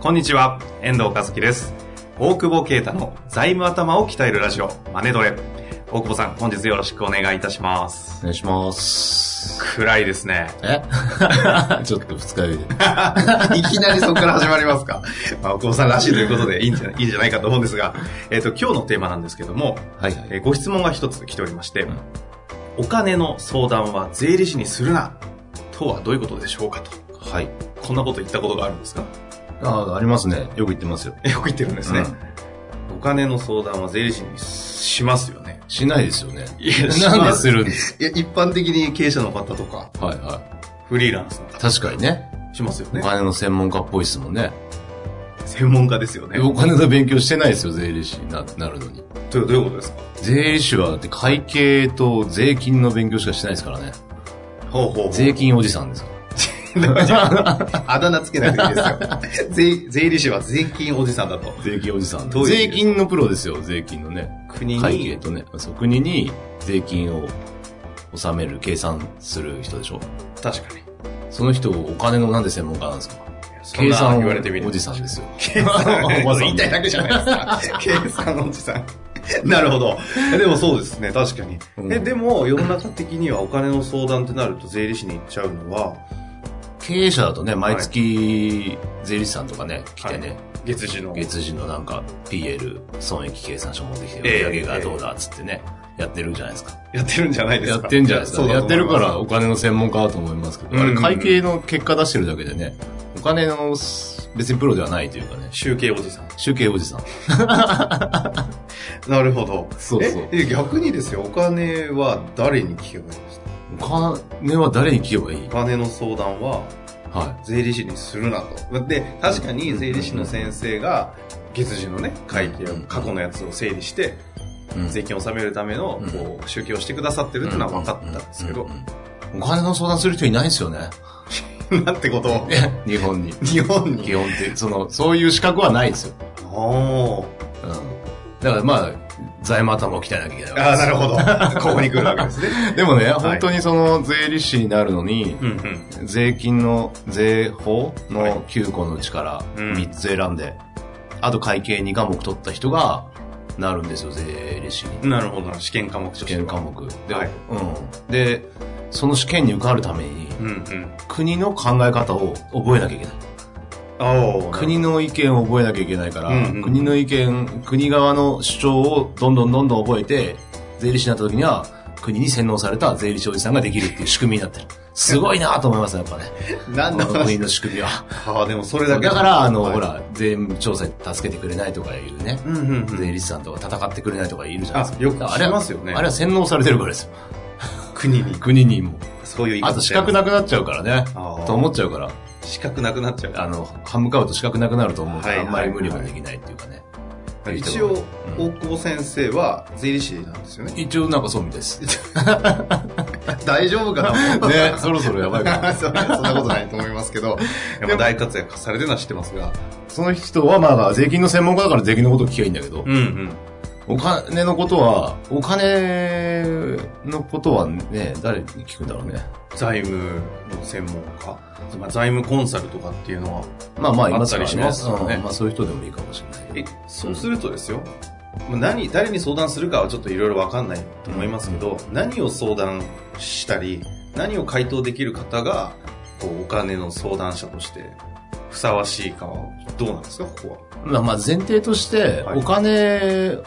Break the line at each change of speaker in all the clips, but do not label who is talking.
こんにちは、遠藤和樹です。大久保啓太の財務頭を鍛えるラジオ、マネドレ。大久保さん、本日よろしくお願いいたします。
お願いします。
暗いですね。
え ちょっと二日酔いで。
いきなりそこから始まりますか。まあ、大久保さんらしいということ でいいんじゃいいんじゃないかと思うんですが、えっ、と、今日のテーマなんですけども、
はいは
え
い。
ーご質問が一つ来ておりまして、
うん
お金の相談は税理士にするな、とはどういうことでしょうかと。
はい。
こんなこと言ったことがあるんですか
ああ、ありますね。よく言ってますよ。で
よく言ってるんですね。お金の相談は税理士にしますよね。
しないですよね。
いや
なんでするんです
いや、一般的に経営者の方とか、
かはいは
フリーランスの
い。
方、
確かにね。
しますよ
お
ね。
金の専門家っぽいですもんね。
専門家ですよね。
お金の勉強してないですよ、税理士にななるのに。
どうどういうことですか
税理士は、だって会計と税金の勉強しかしてないですからね。
ほうほうほう。
税金おじさんですか
あだ名つけないといいですよ税。税理士は税金おじさんだと。
ら。税金おじさん。
どういう意
税
味
金のプロですよ、税金のね。
国
会計
に、
とね。そう、国に税金を納める、計算する人でしょ。
確かに。
その人、お金のなんで専門家なんですか
そん
計
な
算
言われてみる。
おじさんですよ。
計算
おばさん
言いたいだけじゃないですか。計算おじさん。 なるほど。でもそうですね、確かに。
うん
え、でも世の中的にはお金の相談ってなると税理士に行っちゃうのは、
経営者だとね、毎月、税理士さんとかね、来てね、
月次の。
月次のなんか、PL、損益計算書持ってきて、
ええ
売上がどうだっつってね、やってるじゃないですか。
やってるんじゃないです
や
か。
ってんじゃないですか。
そうだ
や
と思
って
い
る
ます
から、お金の専門家だと思いますけど、
うん
あ
う
れ、
んうん
会計の結果出してるだけでね、お金の、別にプロではないというかね、
集計おじさん。
集計おじさん。
なるほど。
そうそう
ええ逆にですよ、お金は誰に聞けばいいんですか
お金は誰に聞けばいい
お金の相談は
は
税理士にするなと。で、確かに税理士の先生が月次のね、会計を、過去のやつを整理して、
い。うん
税金を納めるための
うん、
こう、集計をしてくださってるっていうのは分かったんですけ
う
ど
んう、んうんお金の相談する人いないですよね。
なんてことを、
日本に。
日本
基
に。
本って、その、そういう資格はないですよ。
おー
うん。だからまあ、財務頭を鍛えなきゃいけないわけです
ああ、なるほど。ここに来るわけですね。
でも
い
ね、本当にその税理士になるのに、
うんうん。
税金の税法
はい
の9個のうちから
うん
3つ選んで、あと会計2科目取った人がなるんですよ、税理士に。
なるほどな。試験科目とし
試
ては
験科。目。で、
はい
うん。で、その試験に受かるために、
うんうん。
国の考え方を覚えなきゃいけない。
ああ。
国の意見を覚えなきゃいけないから、
うんうん
国の意見、国側の主張をどんどんどんどん覚えて、税理士になった時には、国に洗脳された税理士おじさんができるっていう仕組みになっ てる。すごいなと思いますね、やっぱね。
何
こ
の
の
話
国の仕組みは。
ああ、でもそ れだ
だ
け。
から、あの、
はい
ほ。ら、税務調査に助けてくれないとかいうね、
うんうんうん。
税理士さんとか戦ってくれないとかいるじゃないですか。
あよく
だからあれは
聞きますよね
あれは洗脳されてるからですよ。
国に。
国にも。
そういう言い方
あと資格なくなっちゃうからね。
あー
と思っちゃうから。
資格なくなっちゃう。
あの、歯向かうと資格なくなると思うか
は
ら、
いは
あん
いは
ま
い
り無理もできないっていうかね。
一応、
う
大久保先生は税理士なんですよね。
一応なんかそうみたいです。ね、
大丈夫かな
そろそろやば いかな。
そんなことないと思いますけど、 でも大活躍されてるのは知ってますが。
その人はまあ、税金の専門家だから税金のことを聞きゃいいんだけど、
うんうん。
お金のことは、お金のことはね、誰に聞くんだろうね。
財務の専門家。まあ、財務コンサルとかっていうのは。
まあまあ、いますから
あったり
ね。
しますよね
うんまあそういう人でもいいかもしれない
え
けど。、
そうするとですよ。まあ何、誰に相談するかはちょっといろいろわかんないと思いますけど、何を相談したり、何を回答できる方が、こう、お金の相談者として、ふさわしいかは、どうなんですか、ここは。
まあまあ前提として、
はい
お金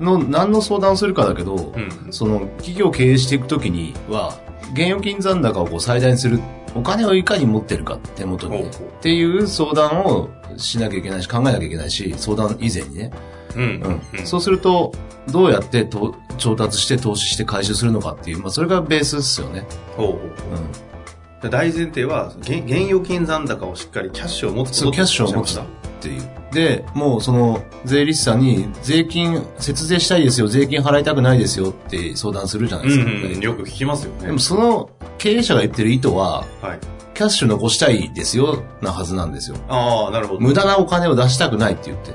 の何の相談をするかだけど、
うん
その企業を経営していくときには、現預金残高をこう最大にする、お金をいかに持ってるか手元にね、
ほうほう
っていう相談をしなきゃいけないし、考えなきゃいけないし、相談以前にね。
うん
うん
うん
そうすると、どうやってと調達して投資して回収するのかっていう、まあ、それがベースですよね。
ほうほう
う
で大前提は現現預金残高をしっかりキャッシュを持つこと
そうキャッシュを持つっていう。で、もうその税理士さんに税金、節税したいですよ、税金払いたくないですよって相談するじゃない
うんう
ですか。
んうんよく聞きますよね
でもその経営者が言ってる意図は、
はい
キャッシュ残したいですよ、なはずなんですよ。
ああなるほど
無駄なお金を出したくないって言って。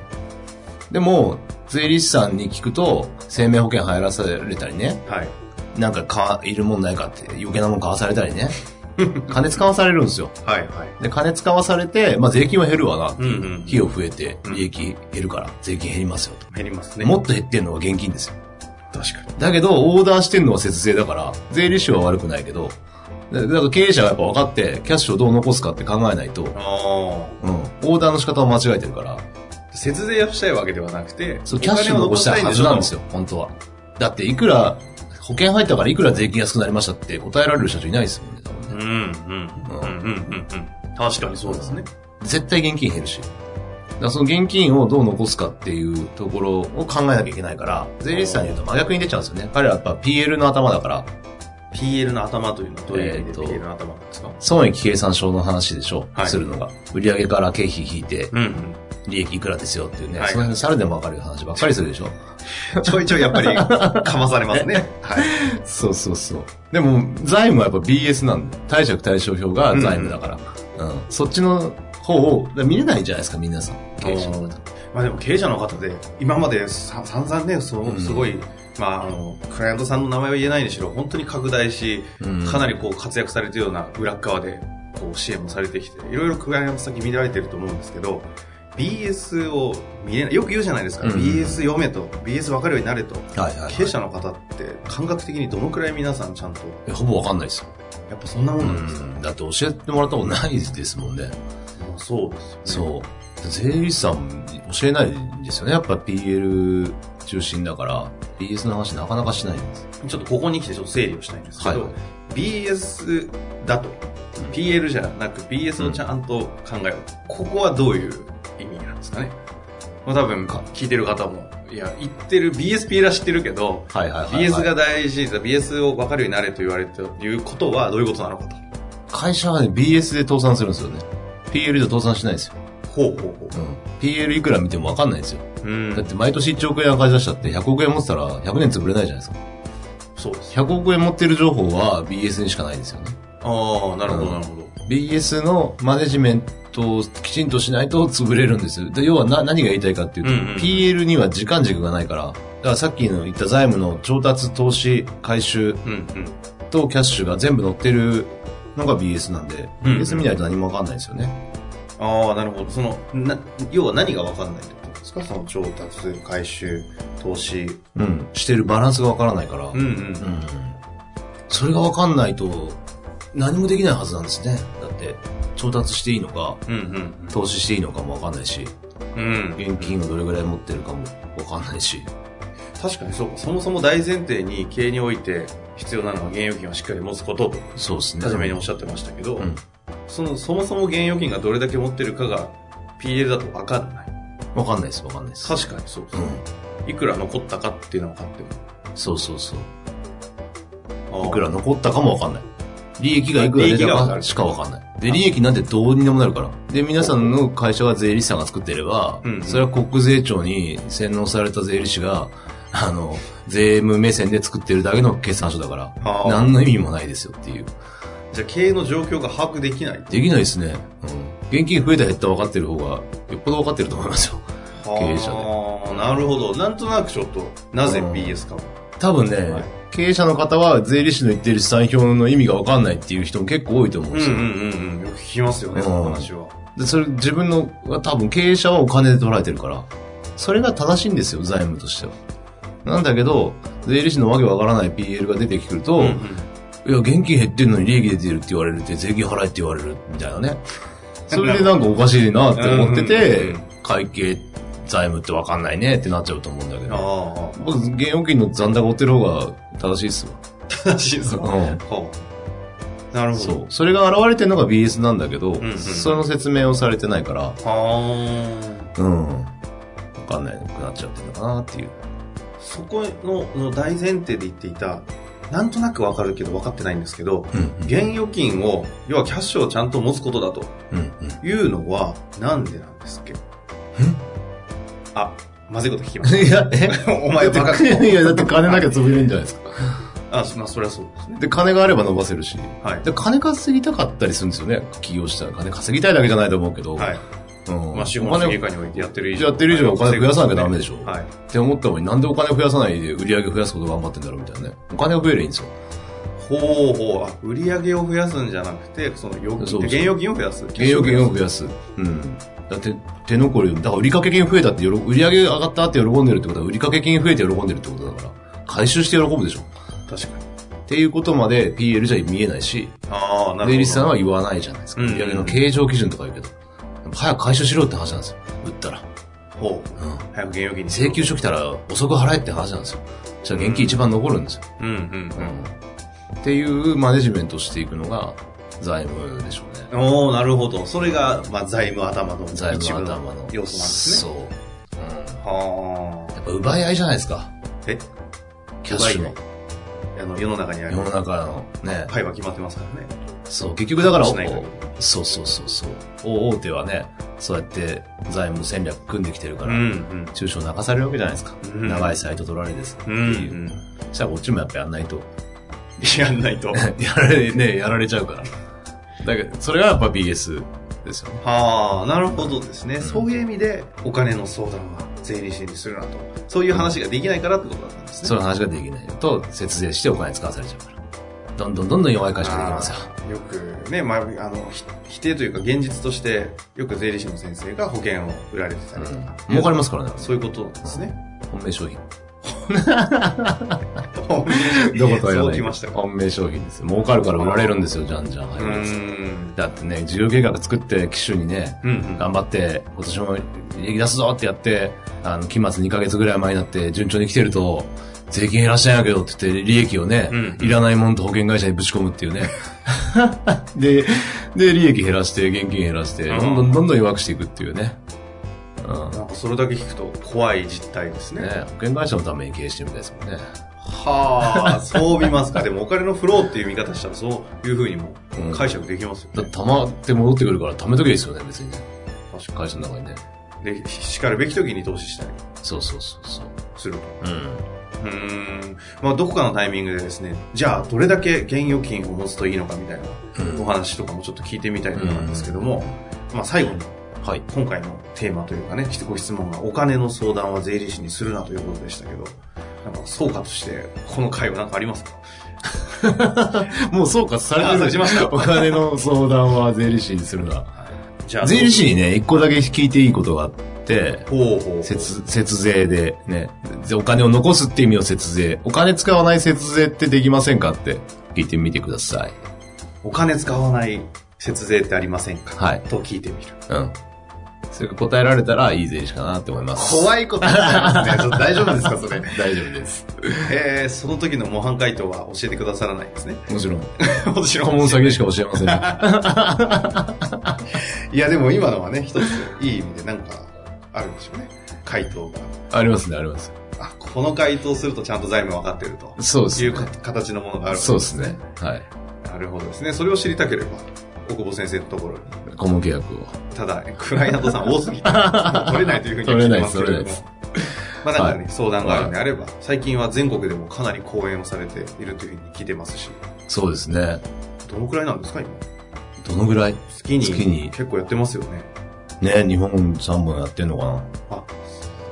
でも、税理士さんに聞くと、生命保険入らされたりね、
はい
なんかか、いるもんないかって余計なもん買わされたり ね。金使わされるんですよ。
はいはい
で、金使わされて、まあ税金は減るわな。
うんうん
費用増えて
う、ん
利益減るから、税金減りますよと。
減りますね
もっと減ってんのが現金ですよ。
確かに
だけど、オーダーしてんのは節税だから、税理士は悪くないけど、だだから経営者がやっぱ分かって、キャッシュをどう残すかって考えないと、うん、
あ
オーダーの仕方を間違えてるから、
あ節税をしたいわけではなくて
そう、キャッシュを残したいはずなんです
よ
よ、本当は。だって、いくら、保険入ったからいくら税金安くなりましたって答えられる社長いないですもんね、多
う
分
ん
ね。
うんうんうんうんうん確かにそうですね
絶対現金減るし。だからその現金をどう残すかっていうところを考えなきゃいけないから、税理士さんに言うと真逆に出ちゃうんですよね。彼らやっぱ PL の頭だから、
PL の頭というのはどういう意味で
えーと
PL の頭なんですか
損益計算書の話でしょ、
はい
するのが。売上から経費引いて、
うんうん
利益いくらですよっていうね、
はい
その辺の猿でもわかる話ばっかりするでしょ。
ちょいちょいやっぱりかまされますね。はい。
そうそうそう。でも、財務はやっぱ BS なんで、貸借対照表が財務だから、うんそっちの方をだから見れないじゃないですか、皆さん。経営者の方
まあでも経営者の方で、今までさ散々ね、そううんすごい、まああの、クライアントさんの名前は言えないにしろ、本当に拡大し、
うん
かなりこう活躍されてるような裏っ側で、こう支援もされてきて、いろいろクライアント先見られてると思うんですけど、BS を見れない、よく言うじゃないですか。
うん
BS 読めと、BS 分かるようになれと。
はいはいはい、
経営者の方って感覚的にどのくらい皆さんちゃんと、
えほぼわかんないですよ。
やっぱそんなもんなんですか、
だって教えてもらったことないですもんね。
まあそうですよね。
そう。税理士さん教えないんですよね。やっぱ PL 中心だから、BS の話なかなかしないんです。
ちょっとここに来てちょっと整理をしたいんですけど、
はい
BS だと、PL じゃなく BS をちゃんと考えよう。ここはどういう意味なんですかね。もう多分か聞いてる方も、いや、言ってる、BSP ら知ってるけど、
はいはいはい、
BS が大事だ、BS を分かるようになれと言われてるということはどういうことなのかと。
会社はね、BS で倒産するんですよね。PL じゃ倒産しないですよ。
ほうほうほ
うん。PL いくら見てもわかんないですよ。
う。うん
だっ。て毎年1億円赤字出したって100億円持ってたら100年潰れないじゃないですか。
そうです。
100億円持ってる情報は BS にしかないですよね。
ああ、なるほど、
う
な
ん
るほど。
BS のマネジメントをきちんとしないと潰れるんですよ。で要はな何が言いたいかっていうと、
うんうん
PL には時間軸がないから、だからさっきの言った財務の調達、投資、回収
うんうん。
とキャッシュが全部載ってるのが BS なんで、
うんうん
BS 見ないと何もわかんないですよね。
ああ、なるほど。その、な、要は何が分かんないってことですかその調達、回収、投資。
うん。してるバランスがわからないから、
うんうん。
うんそれが分かんないと何もできないはずなんですねだって調達していいのか
うんうん
投資していいのかも分かんないし
うん
現金をどれぐらい持ってるかも分かんないし
確かにそうかそもそも大前提に経営において必要なのは現預金をしっかり持つことと
そうですね
初めにおっしゃってましたけど、
うん
そのそもそも現預金がどれだけ持ってるかが PL だと分かんない
分かんないです分かんないです
確かにそうです、
う
いくら残ったかっていうのは分かって
んそうそうそう
も
いくら残ったかも分かんない利益がいくら出たかしか分かんないで利益なんてどうにでもなるからで皆さんの会社が税理士さんが作ってれば、
うん
それは国税庁に洗脳された税理士があの税務目線で作ってるだけの決算書だから
あー
何の意味もないですよっていう。
じゃあ経営の状況が把握できない
できないですね。うん。現金増えた減った分かってる方が、よっぽど分かってると思いますよ。
経
営者
でなるほどなんとなくちょっとなぜ
うん
BS かも
多分ね、
はい
経営者の方は税理士の言ってる資産表の意味が分かんないっていう人も結構多いと思うん
うん
で
うん
すよ。
うんうんよく聞きますよね、
うん
その話は
で、それ自分の、多分経営者はお金で取られてるから、それが正しいんですよ、財務としては。なんだけど、税理士のわけわからない PL が出てくると、
うん
いや、現金減ってんのに利益出てるって言われるって、税金払えって言われる、みたいなね。それでなんかおかしいなって思って
うんうん
て
うん、
会計、財務ってわかんないねってなっちゃうと思うんだけど。
あ
僕、現預金の残高追ってる方が正しいっすわ。
あ正しいですか
うん。
はあなるほど
そう。それが現れてるのが BS なんだけど、
んうん
その説明をされてないから、
はあ
うん。かんないくなっちゃってるのかなっていう。
そこのの大前提で言っていた、なんとなくわかるけど分かってないんですけど、
うん
現預金を、要はキャッシュをちゃんと持つことだと
うん。うんうん。
いうのは、なんでなんですっけあ、まずいこと聞きまし
いや、え
た。お前バカ
いや、だって金なきゃ潰れるんじゃないですか。
あ、まあそりゃそうですね。
で、金があれば伸ばせるし。
はい。
で、金稼ぎたかったりするんですよね。起業したら金稼ぎたいだけじゃないと思うけど。
はい。
うん。
まあ、資
お
本主
金
義下においてやってる以上。
やってる以上お金増やさなきゃダメでしょ。
はい。
って思ったのになんでお金増やさないで売り上げ増やすこと頑張ってんだろうみたいなね。お金が増えればいいんですよ。
ほうほうあ、売り上げを増やすんじゃなくて、その預金、
そうそう
現預金を増やす。
現預金を増やす。うん。だって、手残り、だから売り掛け金増えたって喜、売り上げ上がったって喜んでるってことは、売り掛け金増えて喜んでるってことだから、回収して喜ぶでしょ。
確かに。
っていうことまで PL じゃ見えないし、
ああ、なるほど。
税理士さんは言わないじゃないですか。
うん
売り上げの経常基準とか言うけど、やっぱ早く回収しろって話なんですよ。売ったら。
ほう。
うん。
早く現預金に。
請求書来たら遅く払えって話なんですよ。じゃあ現金一番残るんですよ。
うんうん
うん。っていうマネジメントをしていくのが財務でしょうね。
うん。おおなるほど。それが、まあ、財務頭の
財
一
務
部
頭
の
の。
要素なんですね。
そう。うん。
はあ。
やっぱ奪い合いじゃないですか。
え
キャッシュの。
あの、世の中にある
世の。中の。ね。
パイは決まってますからね。
そう、結局だから、
し
お
ないから
そうそうそうそう。大大手はね、そうやって財務戦略組んできてるか
う
ら、
ん
中小泣かされるわけじゃないですか。
うん
長いサイト取られです。
うん。う
っていうんそしたらこっちもやっぱやんないと。
うん。やんないと。
やられ、ね、やられちゃうから。だけど、それがやっぱ BS ですよね。
はあ、なるほどですね。
ん
そういう意味で、お金の相談は税理士にするなと。そういう話ができないからってことだったんですね。
その話ができないと、節税してお金使わされちゃうから。どんどんどんどん弱い会社ができますよ。
よくね、まあ、あの、ひ否定というか現実として、よく税理士の先生が保険を売られてたりとか、
うん。儲かりますからね。
そういうことなんですね。
本命商品。 ど
ど
ことは言
そ
わ
う
な
き
い。
ましたか。
本命商品ですよ。儲かるから売られるんですよ、じゃんじゃん。
うーん。
だってね、事業計画作って、機種にね、
うんうん。
頑張って、今年も利益出すぞってやって、あの、期末2ヶ月ぐらい前になって、順調に来てると、税金減らしたいんやけどって言って、利益をね、
うん
いらないもんと保険会社にぶち込むってい うね。で、で、利益減らして、現金減らして、どんどんどんどん弱くしていくっていうね。うん。
なんかそれだけ聞くと怖い実態ですね。
ね、保険会社のために経営してるみたいですもんね。
はあ、そう見ますか。でもお金のフローっていう見方したらそういうふうにも
うん
解釈できますよ
だ
ね。
たまって戻ってくるから、貯めとけばいいですよね、別にね。
確
会社の中にね。
で、しかるべき時に投資したり
そうそうそうそう。
すると。
うん。
うーん。まあ、どこかのタイミングでですね、じゃあ、どれだけ現預金を持つといいのかみたいな
うん
お話とかもちょっと聞いてみたいと思うんですけども、まあ、最後に、
はい。
今回のテーマというかね、ご質問がお金の相談は税理士にするなということでしたけど、なんか総括して、この回は何かありますか
もう総括されてる
あそうしました
お金の相談は税理士にするな。
じゃあ、
税理士にね、一個だけ聞いていいことがあって、
ほうほう。
節、節税でね、でお金を残すって意味の節税。お金使わない節税ってできませんかって聞いてみてください。
お金使わない節税ってありませんか
はい。
と聞いてみる。
うん。それが答えられたらいい税理士かなって思います。
怖いことにな りますね。ちょっと大丈夫ですか、それ。
大丈夫です。
えー、その時の模範解答は教えてくださらないです ね。
もちろん。
もちろん
顧問先でしか教えません よ。
いや、でも今のはね、一ついい意味でなんかあるんでしょうね。回答が。
ありますね、あります。
あ、この回答するとちゃんと財務分かってると。
そうです
い
ね
う。か形のものがある。
そうですね。はい。
なるほどですね。それを知りたければ、大久保先生のところに。
顧問契約を。
ただ、クライアントさん多すぎて、取れないというふうには聞いてますけれど
取れない
も
です。
まあなんかね、
は
相談があるのであれば、最近は全国でもかなり講演をされているというふうに聞いてますし、
そうですね。
どのくらいなんですか、今。
どのぐらい
月に
月に
結構やってますよね。
ね、日本3本やってんのかな
あ、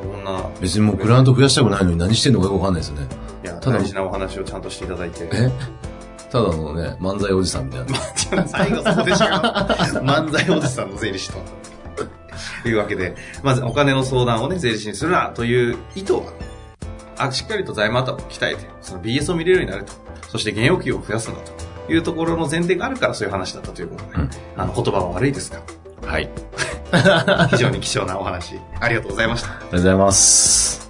そんな、
別にもうクライアント増やしたくないのに何してんのかよくわかんないですよね。
いや、
ただ
大事なお話をちゃんとしていただい て。
えただのね、漫才おじさんみたいな。
最後そうでしょ漫才おじさんの税理士と。というわけで、まずお金の相談をね、税理士にするなという意図は、あしっかりと財務頭を鍛えて、その BS を見れるようになると、そして現預金を増やすんだというところの前提があるからそういう話だったということで、
うん
あの言葉は悪いですが、
はい。ありが
非常に貴重なお話、ありがとうございました。
とうございます。